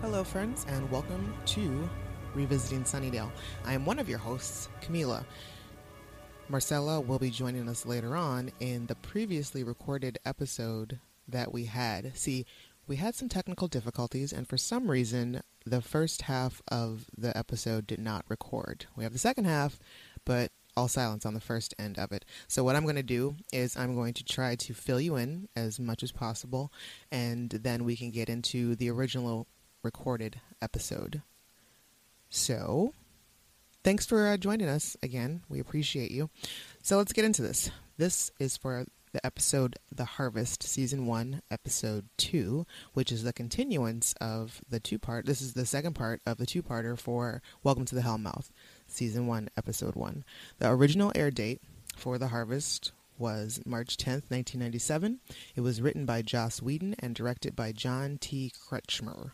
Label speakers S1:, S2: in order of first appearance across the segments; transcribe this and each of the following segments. S1: Hello, friends, and welcome to Revisiting Sunnydale. I am one of your hosts, Camila. Marcella will be joining us later on in the previously recorded episode that we had. See, we had some technical difficulties, and for some reason, the first half of the episode did not record. We have the second half, but all silence on the first end of it. So, what I'm going to do is I'm going to try to fill you in as much as possible, and then we can get into the original recorded episode. So, thanks for uh, joining us again. We appreciate you. So, let's get into this. This is for the episode The Harvest, Season 1, Episode 2, which is the continuance of the two part. This is the second part of the two parter for Welcome to the Hellmouth, Season 1, Episode 1. The original air date for The Harvest was March 10th, 1997. It was written by Joss Whedon and directed by John T. Kretschmer.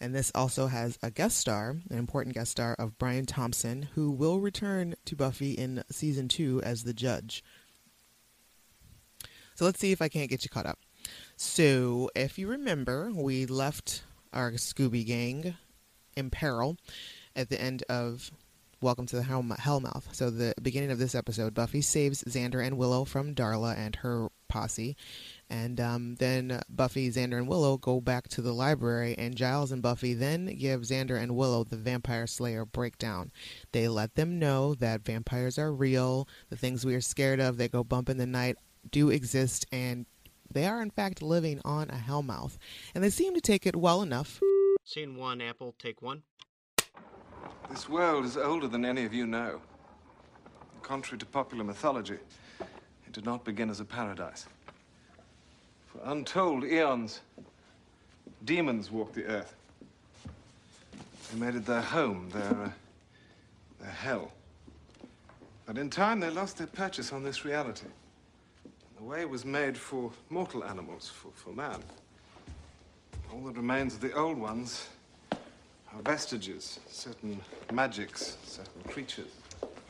S1: And this also has a guest star, an important guest star of Brian Thompson, who will return to Buffy in season two as the judge. So let's see if I can't get you caught up. So, if you remember, we left our Scooby Gang in peril at the end of Welcome to the Hell- Hellmouth. So, the beginning of this episode, Buffy saves Xander and Willow from Darla and her posse. And um, then Buffy, Xander, and Willow go back to the library, and Giles and Buffy then give Xander and Willow the Vampire Slayer breakdown. They let them know that vampires are real, the things we are scared of, they go bump in the night, do exist and they are in fact living on a hellmouth and they seem to take it well enough
S2: Scene one, Apple, take one.
S3: This world is older than any of you know. Contrary to popular mythology, it did not begin as a paradise. For untold eons, demons walked the earth. They made it their home, their, uh, their hell. But in time, they lost their purchase on this reality. The way was made for mortal animals, for, for man. All that remains of the old ones are vestiges, certain magics, certain creatures.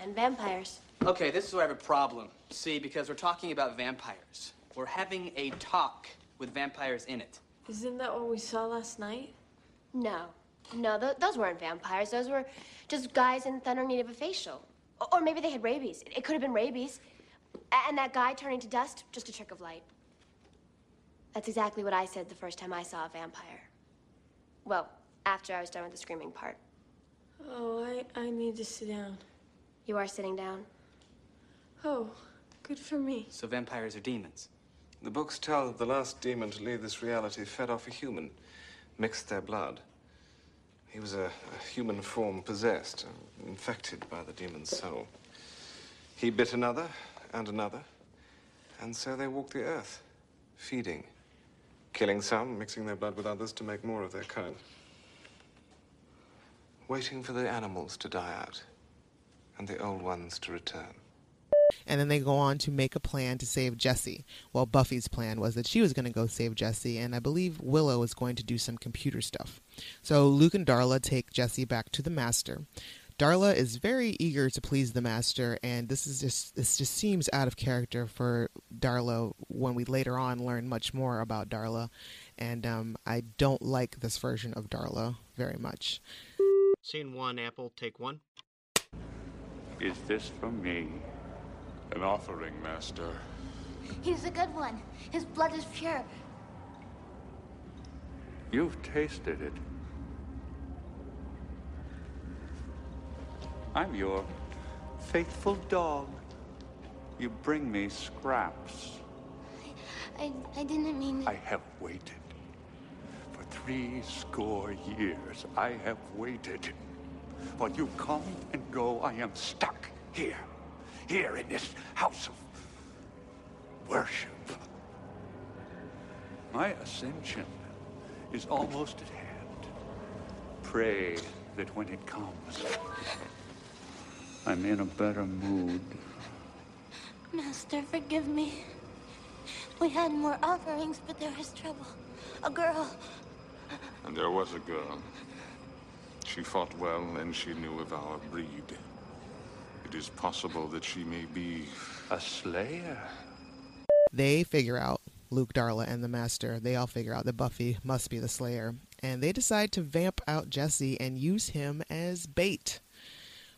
S4: And vampires.
S5: Okay, this is where I have a problem. See, because we're talking about vampires. We're having a talk with vampires in it.
S6: Isn't that what we saw last night?
S4: No. No, th- those weren't vampires. Those were just guys in thunder need of a facial. O- Or maybe they had rabies. It, it could have been rabies. A- and that guy turning to dust, just a trick of light. That's exactly what I said the first time I saw a vampire. Well, after I was done with the screaming part.
S6: Oh, I, I need to sit down.
S4: You are sitting down.
S6: Oh, good for me.
S5: So vampires are demons.
S3: The books tell that the last demon to leave this reality fed off a human, mixed their blood. He was a, a human form possessed, uh, infected by the demon's soul. He bit another and another, and so they walked the earth, feeding, killing some, mixing their blood with others to make more of their kind. Waiting for the animals to die out and the old ones to return.
S1: and then they go on to make a plan to save Jesse. Well, Buffy's plan was that she was going to go save Jesse, and I believe Willow is going to do some computer stuff. So Luke and Darla take Jesse back to the Master. Darla is very eager to please the Master, and this is just this just seems out of character for Darla when we later on learn much more about Darla, and um, I don't like this version of Darla very much.
S2: Scene one, Apple, take one.
S7: Is this for me? An offering, Master.
S8: He's a good one. His blood is pure.
S7: You've tasted it. I'm your faithful dog. You bring me scraps.
S8: I, I didn't mean.
S7: I have waited. For three score years, I have waited. While you come and go, I am stuck here. Here in this house of worship. My ascension is almost at hand. Pray that when it comes, I'm in a better mood.
S8: Master, forgive me. We had more offerings, but there was trouble. A girl.
S9: And there was a girl. She fought well, and she knew of our breed. It is possible that she may be
S7: A slayer.
S1: They figure out Luke, Darla, and the Master, they all figure out that Buffy must be the Slayer, and they decide to vamp out Jesse and use him as bait.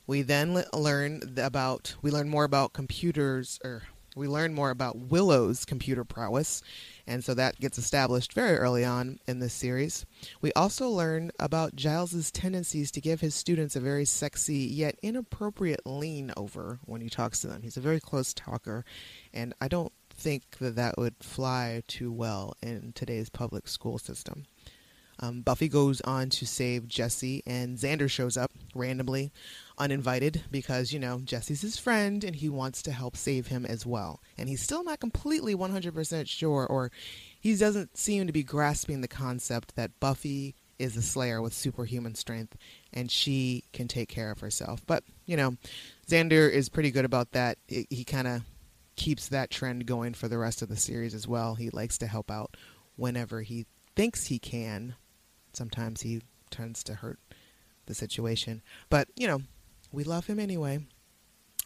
S1: We then le- learn th- about we learn more about computers, or we learn more about Willow's computer prowess, and so that gets established very early on in this series. We also learn about Giles's tendencies to give his students a very sexy yet inappropriate lean over when he talks to them. He's a very close talker, and I don't think that that would fly too well in today's public school system. Um, Buffy goes on to save Jesse, and Xander shows up randomly, uninvited, because, you know, Jesse's his friend and he wants to help save him as well. And he's still not completely 100% sure, or he doesn't seem to be grasping the concept that Buffy is a slayer with superhuman strength and she can take care of herself. But, you know, Xander is pretty good about that. It, he kind of keeps that trend going for the rest of the series as well. He likes to help out whenever he thinks he can. Sometimes he tends to hurt the situation, but you know, we love him anyway.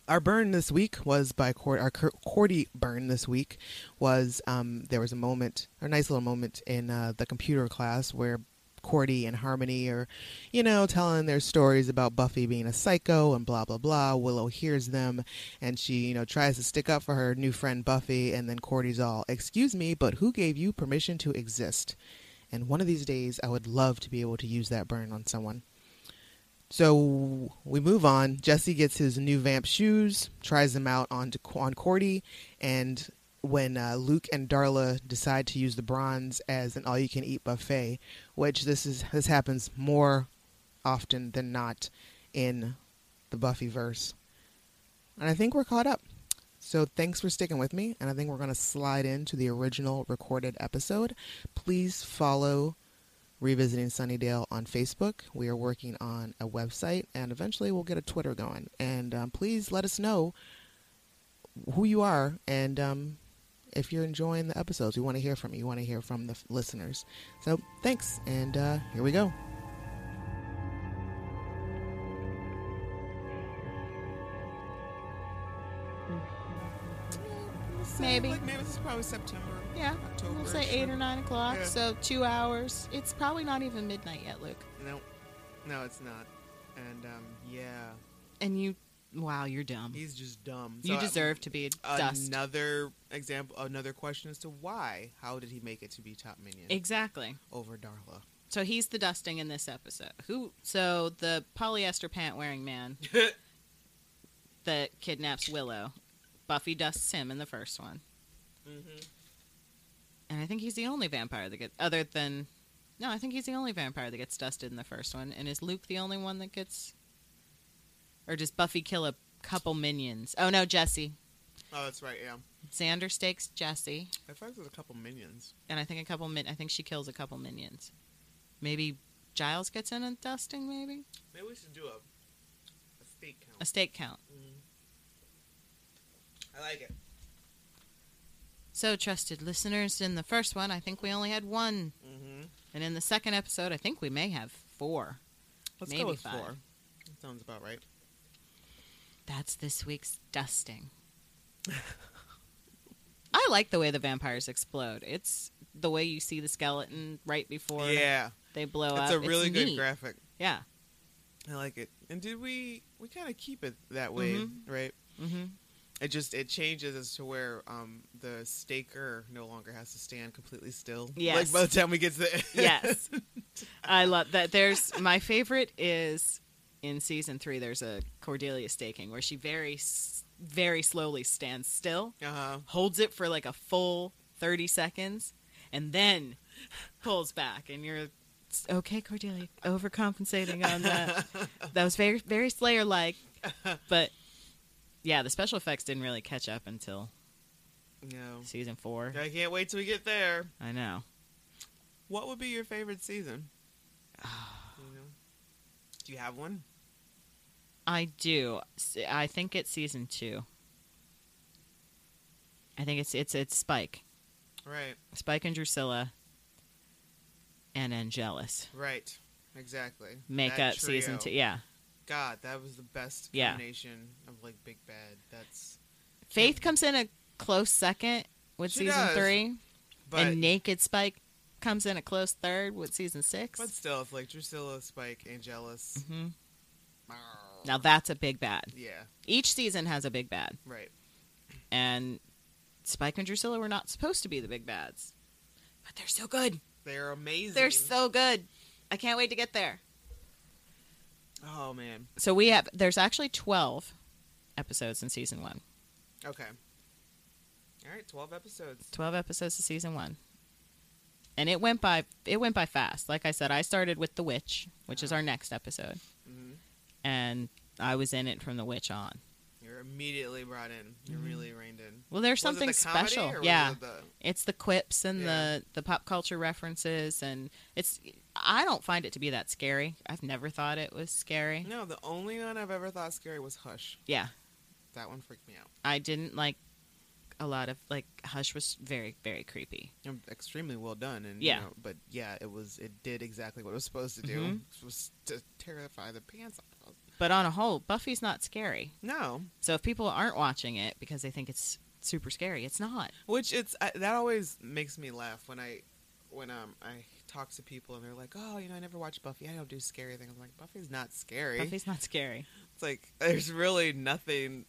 S1: Our burn this week was by Cord. Our Cor- Cordy burn this week was um, there was a moment, a nice little moment in uh, the computer class where Cordy and Harmony are, you know, telling their stories about Buffy being a psycho and blah, blah, blah. Willow hears them and she, you know, tries to stick up for her new friend Buffy. And then Cordy's all, Excuse me, but who gave you permission to exist? And one of these days, I would love to be able to use that burn on someone. So we move on. Jesse gets his new vamp shoes, tries them out on, on Cordy, and when uh, Luke and Darla decide to use the bronze as an all-you-can-eat buffet, which this is this happens more often than not in the Buffy verse. And I think we're caught up. So thanks for sticking with me, and I think we're going to slide into the original recorded episode. Please follow Revisiting Sunnydale on Facebook. We are working on a website, and eventually we'll get a Twitter going. And um, please let us know who you are and um, if you're enjoying the episodes. We want to hear from you. We want to hear from the f- listeners. So thanks, and uh, here we go.
S10: Maybe.
S1: Like, maybe this is probably September.
S10: Yeah,
S1: October.
S10: we'll say eight or nine o'clock.
S1: Yeah.
S10: So two hours. It's probably not even midnight yet, Luke.
S1: No, no, it's not. And um, yeah,
S10: And you, wow, you're dumb.
S1: he's just dumb.
S10: you
S1: So,
S10: deserve to be
S1: um,
S10: dust.
S1: Another example. Another question as to why? How did he make it to be top minion
S10: Exactly.
S1: over Darla?
S10: So he's the dusting in this episode. Who? So the polyester pant wearing man that kidnaps Willow, Buffy dusts him in the first one, and I think he's the only vampire that gets other than. No, I think he's the only vampire that gets dusted in the first one. And is Luke the only one that gets? Or does Buffy kill a couple minions? Oh no, Jesse.
S1: Oh, that's right. Yeah,
S10: Xander stakes Jesse,
S1: I thought there's a couple minions.
S10: and I think a couple min. I think she kills a couple minions. Maybe Giles gets in and dusting. Maybe.
S1: Maybe we should do a a state
S10: a
S1: count.
S10: stake count.
S1: I like it.
S10: So, trusted listeners, in the first one, I think we only had one.
S1: Mm-hmm.
S10: And in the second episode, I think we may have four.
S1: Let's
S10: Maybe
S1: go with
S10: five.
S1: four. That sounds about right.
S10: That's this week's dusting. I like the way the vampires explode. It's the way you see the skeleton right before
S1: yeah,
S10: they blow
S1: it's
S10: up.
S1: a really good
S10: neat.
S1: graphic.
S10: Yeah.
S1: I like it. And did we we kind of keep it that way,
S10: Mhm.
S1: right?
S10: hmm
S1: It just it changes as to where um the staker no longer has to stand completely still. Like
S10: Yes.
S1: by the time we get to the end.
S10: Yes. I love that. There's my favorite is in season three. There's a Cordelia staking where she very, s- very slowly stands still,
S1: uh-huh.
S10: holds it for like a full 30 seconds, and then pulls back. And you're "It's okay, Cordelia, overcompensating on that. that was very, very Slayer like. But yeah, the special effects didn't really catch up until
S1: No.
S10: season four.
S1: I can't wait till we get there.
S10: I know.
S1: What would be your favorite season?
S10: Ah.
S1: you know? Do you have one?
S10: I do. S- I think it's season two. I think it's it's it's Spike,
S1: Right.
S10: Spike and Drusilla, and Angelus
S1: Right. Exactly.
S10: make
S1: That
S10: up season two.
S1: trio.
S10: Yeah,
S1: God, that was the best
S10: Yeah.
S1: combination of like big bad. That's
S10: Faith comes in a close second with
S1: She
S10: season
S1: does.
S10: three,
S1: But-
S10: and Naked Spike comes in a close third with season six.
S1: But still, it's like Drusilla, Spike, Angelus.
S10: Mhm. Now that's a big bad.
S1: Yeah.
S10: Each season has a big bad.
S1: Right.
S10: And Spike and Drusilla were not supposed to be the big bads. But they're so good.
S1: They're amazing.
S10: They're so good. I can't wait to get there.
S1: Oh man.
S10: So we have there's actually 12 episodes in season 1.
S1: Okay. All right, twelve episodes.
S10: 12 episodes of season 1. And it went by it went by fast. Like I said, I started with The Witch, which is our next episode.
S1: Mhm.
S10: And I was in it from The Witch on.
S1: You're immediately brought in. You're really reined in.
S10: Well, Mm-hmm. there's
S1: Was it
S10: something
S1: the comedy,
S10: special.
S1: or was
S10: yeah,
S1: it the-
S10: it's the quips and
S1: Yeah.
S10: the the pop culture references, and it's. I don't find it to be that scary. I've never thought it was scary.
S1: no, the only one I've ever thought scary was Hush.
S10: Yeah,
S1: That one freaked me out.
S10: I didn't like a lot of like Hush was very very creepy.
S1: Um, Extremely well done, and
S10: Yeah.
S1: you know, but yeah, it was. It did exactly what it was supposed to do.
S10: Mhm.
S1: Was to terrify the pants off. us.
S10: But on a whole, Buffy's not scary.
S1: No,
S10: So if people aren't watching it because they think it's super scary, it's not.
S1: which it's I, that always makes me laugh when I when um I talk to people and they're like, oh, you know, I never watch Buffy. I don't do scary things. I'm like, Buffy's not scary.
S10: Buffy's not scary.
S1: It's like there's really nothing.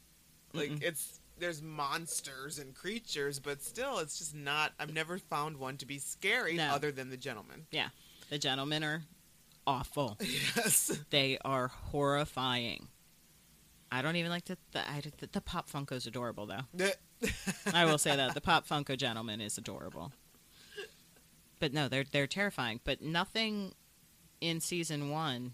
S1: Like it's there's monsters and creatures, but still, it's just not. I've never found one to be scary
S10: No.
S1: other than the gentleman.
S10: Yeah, the gentlemen are awful.
S1: Yes.
S10: They are horrifying. I don't even like to. The, I, the, the Pop Funko's adorable, though. I will say that the Pop Funko gentleman is adorable. But no, they're they're terrifying. But nothing in season one.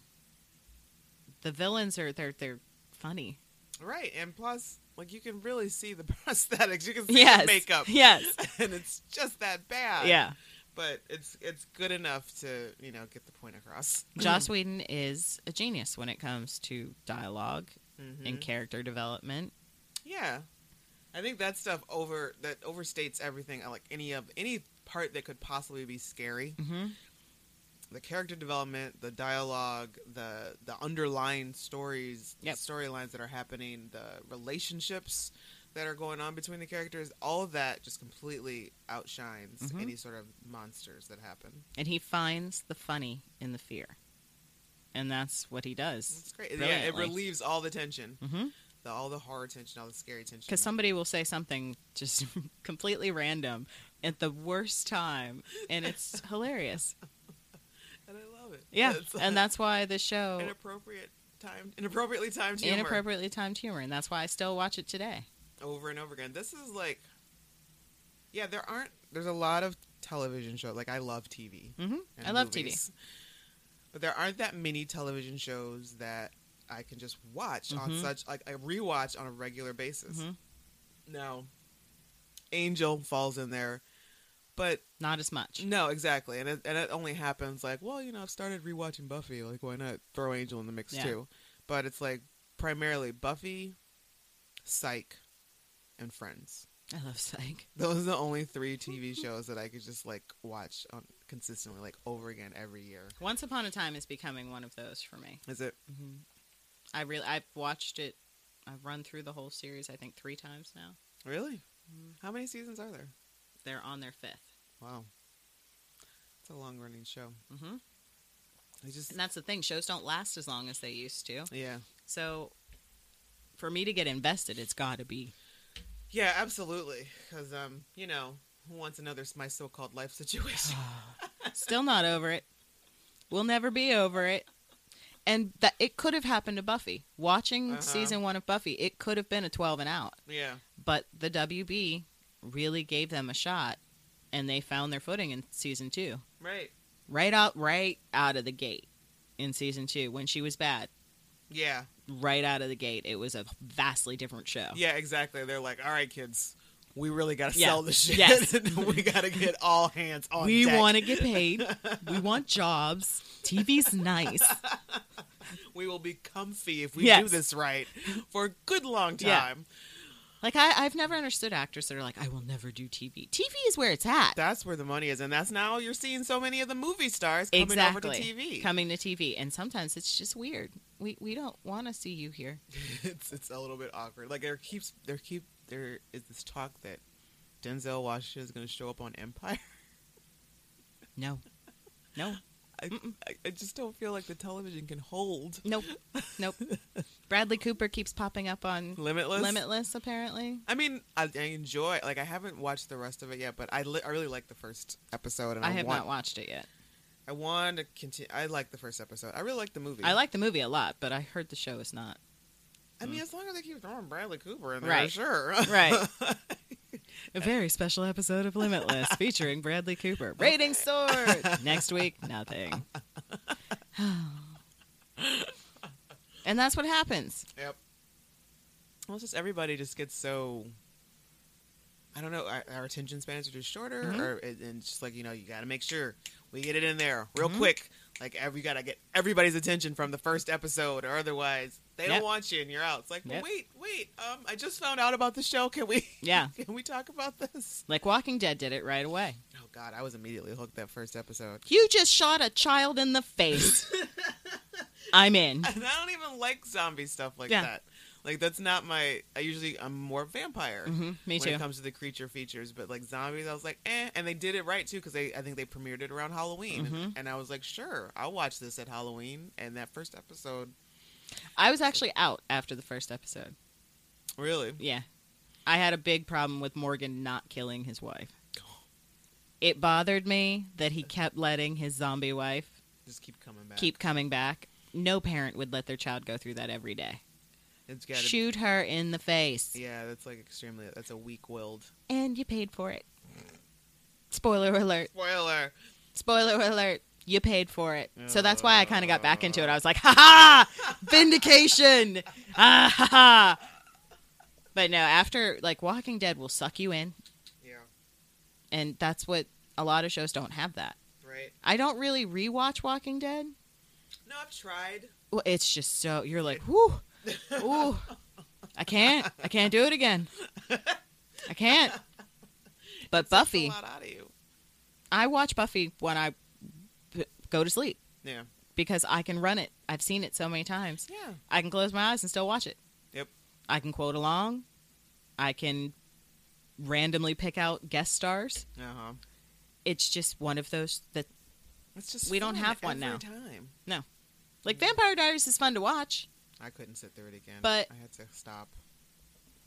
S10: The villains are they're they're funny.
S1: Right, and plus, like you can really see the prosthetics. You can see
S10: Yes,
S1: the makeup.
S10: yes.
S1: and it's just that bad.
S10: Yeah.
S1: but it's it's good enough to you know get the point across.
S10: Joss Whedon is a genius when it comes to dialog and
S1: Mhm.
S10: character development.
S1: Yeah, I think that stuff over that overstates everything. uh, Like any of any part that could possibly be scary.
S10: Mhm.
S1: The character development, the dialogue, the the underlying stories,
S10: Yep.
S1: the storylines that are happening, the relationships that are going on between the characters, all of that just completely outshines
S10: Mhm.
S1: any sort of monsters that happen.
S10: and he finds the funny in the fear, and that's what he does.
S1: It's great. Yeah, it relieves all the tension.
S10: Mhm.
S1: The, all the horror tension, all the scary tension.
S10: because somebody will say something just completely random at the worst time, and it's hilarious.
S1: and I love it.
S10: Yeah,
S1: It's
S10: and that's why the show
S1: inappropriate timed, inappropriately timed humor.
S10: inappropriately timed humor, and that's why I still watch it today.
S1: over and over again. This is like, yeah, there aren't. There's a lot of television shows. Like I love TV.
S10: Mhm.
S1: and
S10: I love TV.
S1: but there aren't that many television shows that I can just watch on
S10: Mhm.
S1: such like I rewatch on a regular basis.
S10: Mhm.
S1: Now, Angel falls in there, but
S10: Not as much.
S1: no, exactly, and it, and it only happens like, well, you know, I've started rewatching Buffy. Like, why not throw Angel in the mix
S10: Yeah.
S1: too? But it's like primarily Buffy, Psych, and Friends.
S10: I love Psych.
S1: Those are the only three TV shows that I could just like watch on consistently, like over again every year.
S10: Once Upon a Time is becoming one of those for me.
S1: Is it?
S10: hmm I really I've watched it. I've run through the whole series. I think three times now.
S1: Really? Mm-hmm. How many seasons are there?
S10: They're on their fifth.
S1: Wow, it's a long running show.
S10: Mm-hmm.
S1: I just
S10: And that's the thing. Shows don't last as long as they used to.
S1: yeah.
S10: So for me to get invested, it's got to be.
S1: Yeah, absolutely. Because um, you know, who wants another s- my so-called life situation?
S10: Still not over it. We'll never be over it. And that it could have happened to Buffy. Watching
S1: Uh-huh.
S10: season one of Buffy, it could have been a 12 and out.
S1: yeah.
S10: But the WB really gave them a shot and they found their footing in season two.
S1: Right.
S10: Right out, right out of the gate in season two when she was bad.
S1: Yeah.
S10: Right out of the gate, it was a vastly different show.
S1: Yeah. Exactly. They're like, all right, kids, we really gotta
S10: Yeah.
S1: sell this shit.
S10: Yes.
S1: we gotta get all hands on.
S10: we
S1: deck.
S10: want to get paid. we want jobs. TV's nice.
S1: We will be comfy if we do
S10: Yes.
S1: this right for a good long
S10: Yeah.
S1: time.
S10: Like I, I've never understood actors that are like, I will never do TV. TV is where it's at.
S1: That's where the money is, and that's now you're seeing so many of the movie stars coming
S10: exactly.
S1: over to TV.
S10: Coming to TV, and sometimes it's just weird. We we don't want to see you here.
S1: it's it's a little bit awkward. Like there keeps there keep there is this talk that Denzel Washington is going to show up on Empire.
S10: No. No.
S1: I, I, I just don't feel like the television can hold.
S10: Nope. Nope. Bradley Cooper keeps popping up on
S1: Limitless?
S10: Limitless, apparently.
S1: I mean, I, I enjoy. Like, I haven't watched the rest of it yet, but I, li- I really like the first episode. And I,
S10: I have
S1: want,
S10: not watched it yet.
S1: I want to continue. I like the first episode. I really like the movie.
S10: I like the movie a lot, but I heard the show is not.
S1: I mean, as long as they keep throwing Bradley Cooper in there,
S10: Right.
S1: sure.
S10: Right. A very special episode of Limitless featuring Bradley Cooper. Rating sword. Next week, nothing. and that's what happens.
S1: Yep. Well, it's just everybody just gets so. I don't know. Our, our attention spans are just shorter,
S10: Mhm.
S1: or and and it's just like you know, you got to make sure we get it in there real
S10: Mm-hmm.
S1: quick. Like every, you got to get everybody's attention from the first episode, or otherwise they
S10: Yep.
S1: don't want you and you're out. It's like, well,
S10: Yep.
S1: wait, wait. Um, I just found out about the show. Can we?
S10: Yeah.
S1: Can we talk about this?
S10: Like Walking Dead did it right away.
S1: Oh God, I was immediately hooked that first episode.
S10: You just shot a child in the face. I'm in.
S1: And I don't even like zombie stuff like
S10: Yeah.
S1: that. Like that's not my. I usually I'm more vampire.
S10: Mhm, me
S1: when
S10: too.
S1: it comes to the creature features, but like zombies, I was like, eh. And they did it right too because they I think they premiered it around Halloween,
S10: Mhm.
S1: and I was like, sure, I'll watch this at Halloween. And that first episode,
S10: I was actually out after the first episode.
S1: really,
S10: Yeah. I had a big problem with Morgan not killing his wife. It bothered me that he kept letting his zombie wife
S1: just keep coming back.
S10: keep coming back. No parent would let their child go through that every day.
S1: It's gotta-
S10: Shoot her in the face.
S1: Yeah, that's like extremely. That's a weak-willed
S10: And you paid for it. Spoiler alert.
S1: spoiler.
S10: Spoiler alert. You paid for it. So that's why I kind of got back into it. I was like, ha ha! Vindication! ah, ha ha! But no, after, like, Walking Dead will suck you in.
S1: Yeah.
S10: And that's what a lot of shows don't have that.
S1: Right.
S10: I don't really rewatch Walking Dead.
S1: No, I've tried.
S10: Well, it's just so you're like, whoo, ooh, I can't, I can't do it again. I can't. But
S1: A
S10: Buffy,
S1: lot out of you.
S10: I watch Buffy when I b- go to sleep
S1: Yeah.
S10: because I can run it. I've seen it so many times.
S1: Yeah.
S10: I can close my eyes and still watch it.
S1: Yep.
S10: I can quote along. I can randomly pick out guest stars.
S1: Uh huh.
S10: It's just one of those that
S1: It's just
S10: we don't
S1: fun
S10: have one
S1: every
S10: now.
S1: Time.
S10: No, like Vampire Diaries is fun to watch.
S1: I couldn't sit through it again.
S10: But-
S1: I had to stop.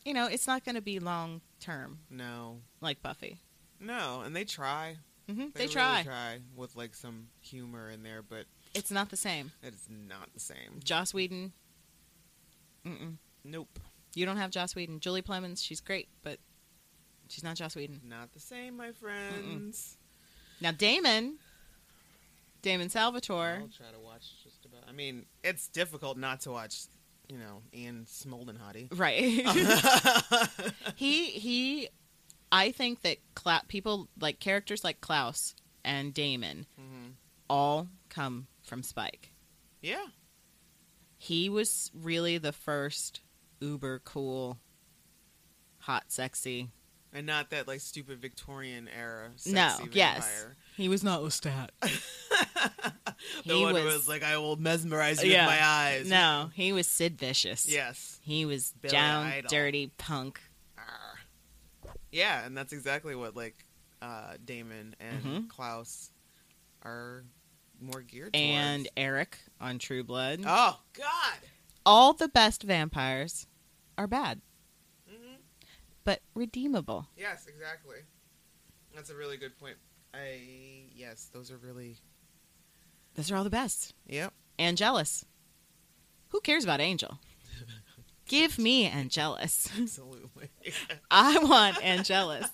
S10: you know, it's not going to be long term
S1: No,
S10: like Buffy.
S1: no, and they try.
S10: hmm They,
S1: really
S10: try.
S1: try with like some humor in there, but
S10: It's not the same.
S1: it is not the same.
S10: Joss Whedon. Mm-mm.
S1: Nope,
S10: You don't have Joss Whedon. Julie Plemons, she's great, but she's not Joss Whedon.
S1: not the same, my friends.
S10: Now Damon, Damon Salvatore.
S1: I'll try to watch just about. I mean, it's difficult not to watch, you know, Ian Smoldenhottie.
S10: Right. he he I think that Cla- people like characters like Klaus and Damon
S1: Mhm.
S10: all come from Spike.
S1: Yeah,
S10: he was really the first uber cool hot sexy
S1: and not that like stupid Victorian era. Sexy
S10: no
S1: vampire.
S10: yes he was not lestat
S1: the
S10: He
S1: one who
S10: was-
S1: was like, I will mesmerize you with my eyes.
S10: no he was sid vicious
S1: Yes.
S10: he was
S1: Billy
S10: down
S1: Idol.
S10: dirty punk
S1: Arr. Yeah, and that's exactly what like uh, Damon and
S10: Mhm.
S1: Klaus are more geared
S10: and eric on true blood
S1: towards. Oh God!
S10: all the best vampires are bad
S1: Mm-hmm.
S10: but redeemable
S1: Yes, exactly. That's a really good point. I yes, those are really
S10: those are all the best
S1: yep.
S10: and jealous who cares about angel give me angelus
S1: Absolutely.
S10: I want Angelus.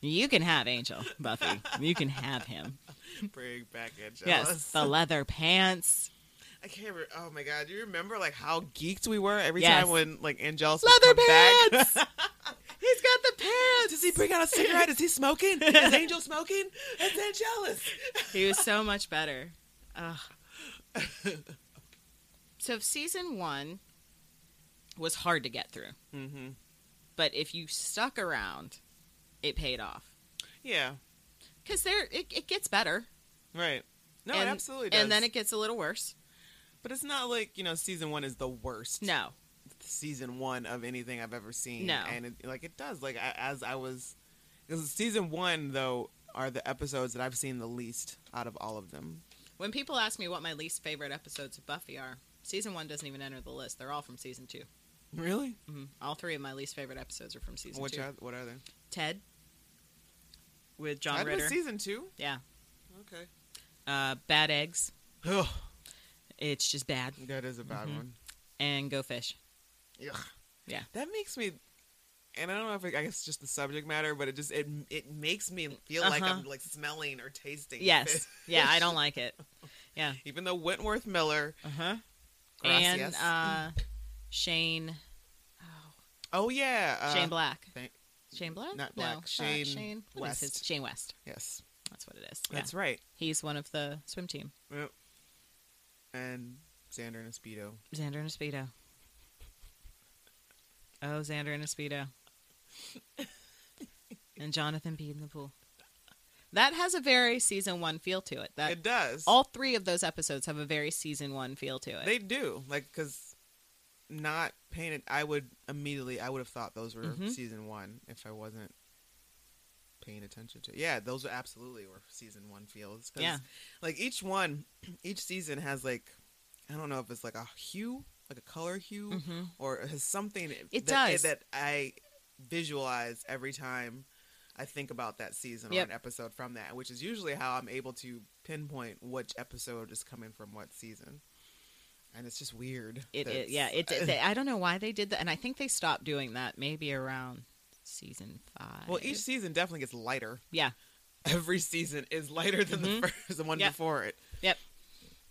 S10: You can have Angel, Buffy. You can have him.
S1: Bring back Angelus.
S10: Yes, the leather pants.
S1: I can't. Re- oh my God! Do you remember like how geeked we were every
S10: Yes.
S1: time when like Angelus would
S10: Leather
S1: come back?
S10: pants! He's got the pants!
S1: Does he bring out a cigarette? Is he smoking? Is Angel smoking? It's Angelus.
S10: He was so much better. Ugh. So, if season one was hard to get through,
S1: Mm-hmm.
S10: but if you stuck around, it paid off.
S1: Yeah.
S10: Because there, it, it gets better.
S1: Right. No,
S10: and,
S1: it absolutely does.
S10: And then it gets a little worse.
S1: but it's not like you know, season one is the worst.
S10: No.
S1: season one of anything I've ever seen.
S10: No.
S1: and it, like it does. Like I, as I was, 'cause season one though, are the episodes that I've seen the least out of all of them.
S10: When people ask me what my least favorite episodes of Buffy are, season one doesn't even enter the list. They're all from season two.
S1: Really?
S10: hmm All three of my least favorite episodes are from season
S1: Which
S10: two.
S1: are what are they?
S10: Ted with John
S1: That was
S10: Ritter.
S1: season two?
S10: Yeah.
S1: Okay.
S10: Uh, bad eggs. it's just bad.
S1: That is a bad
S10: Mhm.
S1: one.
S10: And go fish.
S1: Ugh.
S10: Yeah.
S1: That makes me, and I don't know if it, I guess it's just the subject matter, but it just it it makes me feel like
S10: Uh-huh.
S1: I'm like smelling or tasting.
S10: Yes. Yeah, I
S1: fish.
S10: don't like it. Yeah.
S1: Even though Wentworth Miller,
S10: uh-huh.
S1: Gracias.
S10: And uh, Shane
S1: oh yeah, uh,
S10: Shane Black.
S1: thank-
S10: Shane Black?
S1: not
S10: No,
S1: Black,
S10: not
S1: Shane
S10: Shane. What is his-
S1: West.
S10: Shane West.
S1: yes,
S10: That's what it is.
S1: that's
S10: Yeah.
S1: right.
S10: He's one of the swim team.
S1: Yep. And Xander and Speedo.
S10: Xander and a Speedo. Oh, Xander and a Speedo. and Jonathan peed in the pool. That has a very season one feel to it. That
S1: It does.
S10: All three of those episodes have a very season one feel to it.
S1: They do like because not painted. I would immediately. I would have thought those were
S10: Mhm.
S1: season one if I wasn't paying attention to. Yeah, those are absolutely were season one feels. 'cause,
S10: Yeah.
S1: like each one, each season has like I don't know if it's like a hue, like a color hue,
S10: Mhm.
S1: or has something.
S10: It
S1: that,
S10: does.
S1: that I visualize every time. I think about that season
S10: Yep.
S1: or an episode from that, which is usually how I'm able to pinpoint which episode is coming from what season and it's just weird.
S10: It,
S1: that
S10: it yeah, it,
S1: it's-
S10: they, I don't know why they did that, and I think they stopped doing that maybe around season five.
S1: well, each season definitely gets lighter.
S10: yeah,
S1: Every season is lighter than the first, the one
S10: Mm-hmm. Yeah.
S1: before it.
S10: yep.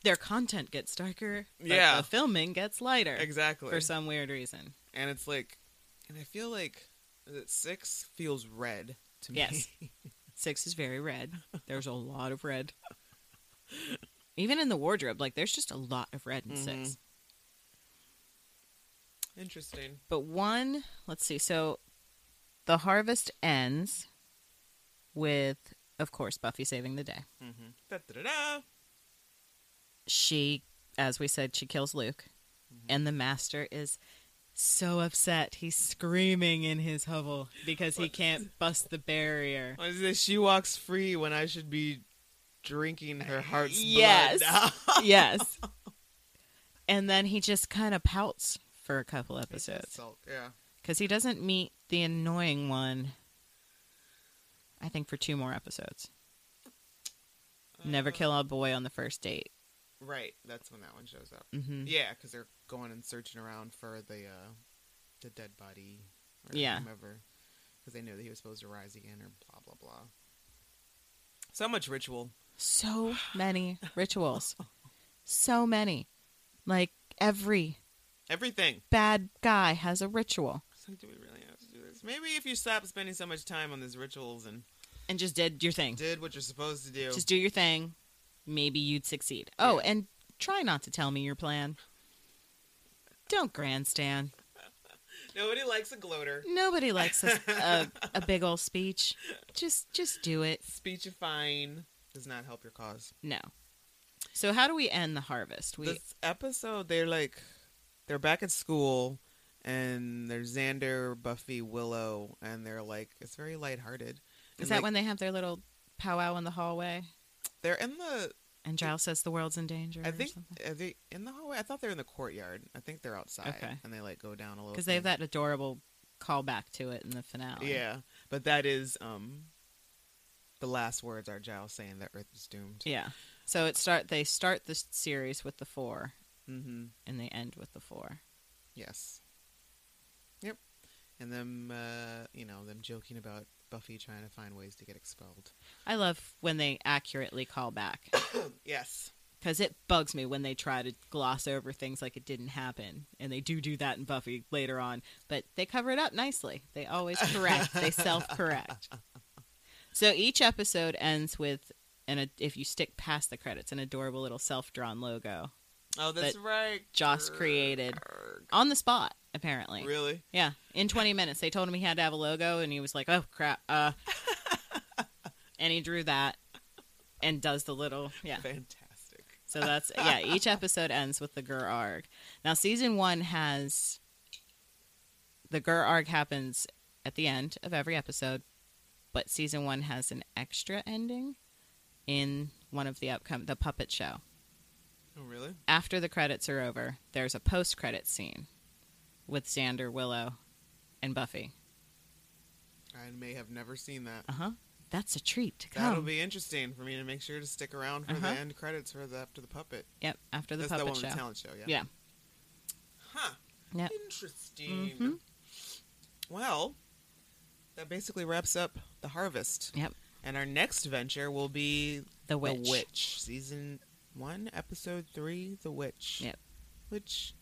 S10: Their content gets darker. but
S1: Yeah.
S10: the filming gets lighter.
S1: Exactly.
S10: for some weird reason.
S1: And it's like, and I feel like is it six feels red to me.
S10: Yes. Six is very red. There's a lot of red. Even in the wardrobe, like there's just a lot of red in
S1: Mm-hmm.
S10: six.
S1: Interesting.
S10: But one, let's see. So the harvest ends with, of course, Buffy saving the day.
S1: Mm-hmm. Da-da-da-da.
S10: She, as we said, she kills Luke, and the master is so upset. He's screaming in his hovel because he can't bust the barrier.
S1: What is this? She walks free when I should be drinking her heart's
S10: Yes.
S1: blood.
S10: yes. And then he just kind of pouts for a couple episodes
S1: Salt, yeah.
S10: because he doesn't meet the annoying one. I think for two more episodes. Never kill a boy on the first date.
S1: Right. That's when that one shows up.
S10: Mhm.
S1: Yeah, because they're going and searching around for the uh, the dead body. Or
S10: Yeah.
S1: Whomever, because they knew that he was supposed to rise again or blah blah blah. So much ritual.
S10: So many rituals. So many. Like every
S1: Everything.
S10: bad guy has a ritual.
S1: It's like, do we really have to do this? Maybe if you stop spending so much time on these rituals and
S10: And just did your thing.
S1: did what you're supposed to do.
S10: Just do your thing. Maybe you'd succeed. Oh, and try not to tell me your plan. Don't grandstand.
S1: Nobody likes a gloater.
S10: Nobody likes a, a, a big old speech. Just just do it.
S1: Speechifying does not help your cause.
S10: No. So how do we end the harvest? We
S1: this episode they're like they're back at school and there's Xander, Buffy, Willow, and they're like it's very lighthearted.
S10: is
S1: And,
S10: that
S1: like,
S10: when they have their little powwow in the hallway?
S1: they're in the
S10: And Giles says the world's in danger.
S1: I think are they in the hallway? I thought they're in the courtyard. I think they're outside.
S10: Okay.
S1: And they like go down a little
S10: because they have
S1: thing.
S10: that adorable callback to it in the finale.
S1: Yeah. But that is um the last words are Giles saying that Earth is doomed.
S10: yeah. So it start they start the series with the four
S1: Mm-hmm.
S10: and they end with the four.
S1: Yes. Yep. And them uh you know, them joking about Buffy trying to find ways to get expelled.
S10: I love when they accurately call back.
S1: Yes.
S10: because it bugs me when they try to gloss over things like it didn't happen and they do do that in buffy later on but they cover it up nicely they always correct they self-correct so each episode ends with an if you stick past the credits an adorable little self-drawn logo
S1: Oh, that's
S10: that
S1: right.
S10: joss created Oh, on the spot apparently
S1: Really?
S10: yeah in 20 minutes they told him he had to have a logo and he was like oh crap uh and he drew that and does the little yeah
S1: Fantastic.
S10: so that's yeah. Each episode ends with the Gur Arg. Now season one has the Gur Arg happens at the end of every episode, but season one has an extra ending in one of the upcoming the puppet show.
S1: Oh, really?
S10: After the credits are over, there's a post credit scene with Xander, Willow, and Buffy.
S1: I may have never seen that.
S10: Uh huh. That's a treat to come.
S1: That'll be interesting for me to make sure to stick around for
S10: Uh-huh.
S1: the end credits for the after the puppet.
S10: Yep, after the
S1: That's
S10: puppet
S1: the one with
S10: show.
S1: the talent show, yeah.
S10: Yeah.
S1: Huh.
S10: Yep.
S1: Interesting.
S10: Mhm.
S1: Well, that basically wraps up the harvest.
S10: Yep.
S1: And our next venture will be
S10: The Witch.
S1: The Witch, season one, episode three, The Witch.
S10: Yep.
S1: Which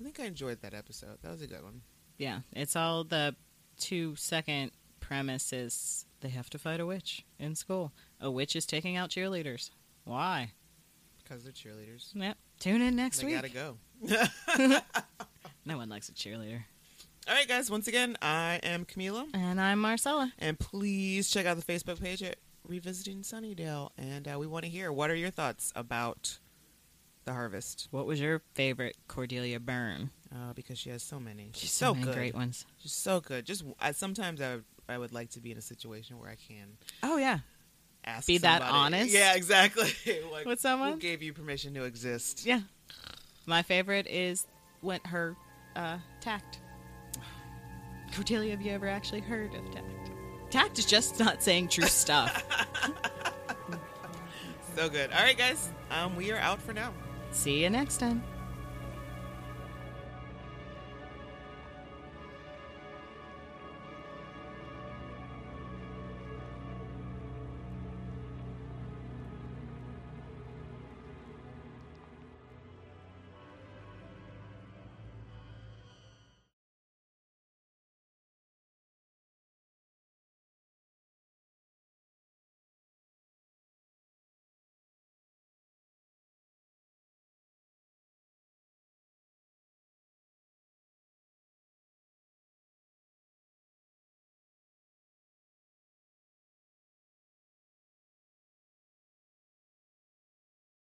S1: I think I enjoyed that episode. That was a good one.
S10: Yeah, it's all the two second premise is they have to fight a witch in school. A witch is taking out cheerleaders. Why?
S1: Because they're cheerleaders.
S10: Yep. Tune in next
S1: they
S10: week.
S1: gotta go.
S10: no one likes a cheerleader.
S1: All right, guys. Once again, I am Camila.
S10: And I'm Marcella.
S1: And please check out the Facebook page at Revisiting Sunnydale. And uh, we want to hear what are your thoughts about the harvest?
S10: What was your favorite Cordelia Byrne?
S1: Uh, because she has so many. She's
S10: so
S1: so,
S10: many
S1: good.
S10: great ones.
S1: She's so good. Just I, sometimes I would, I would like to be in a situation where I can
S10: Oh yeah.
S1: ask.
S10: Be that
S1: somebody-
S10: honest?
S1: Yeah, exactly. like,
S10: With someone?
S1: who gave you permission to exist?
S10: Yeah. My favorite is when her uh, tact. Cordelia, have you ever actually heard of tact? Tact is just not saying true stuff.
S1: So good. All right, guys. Um, we are out for now.
S10: See you next time.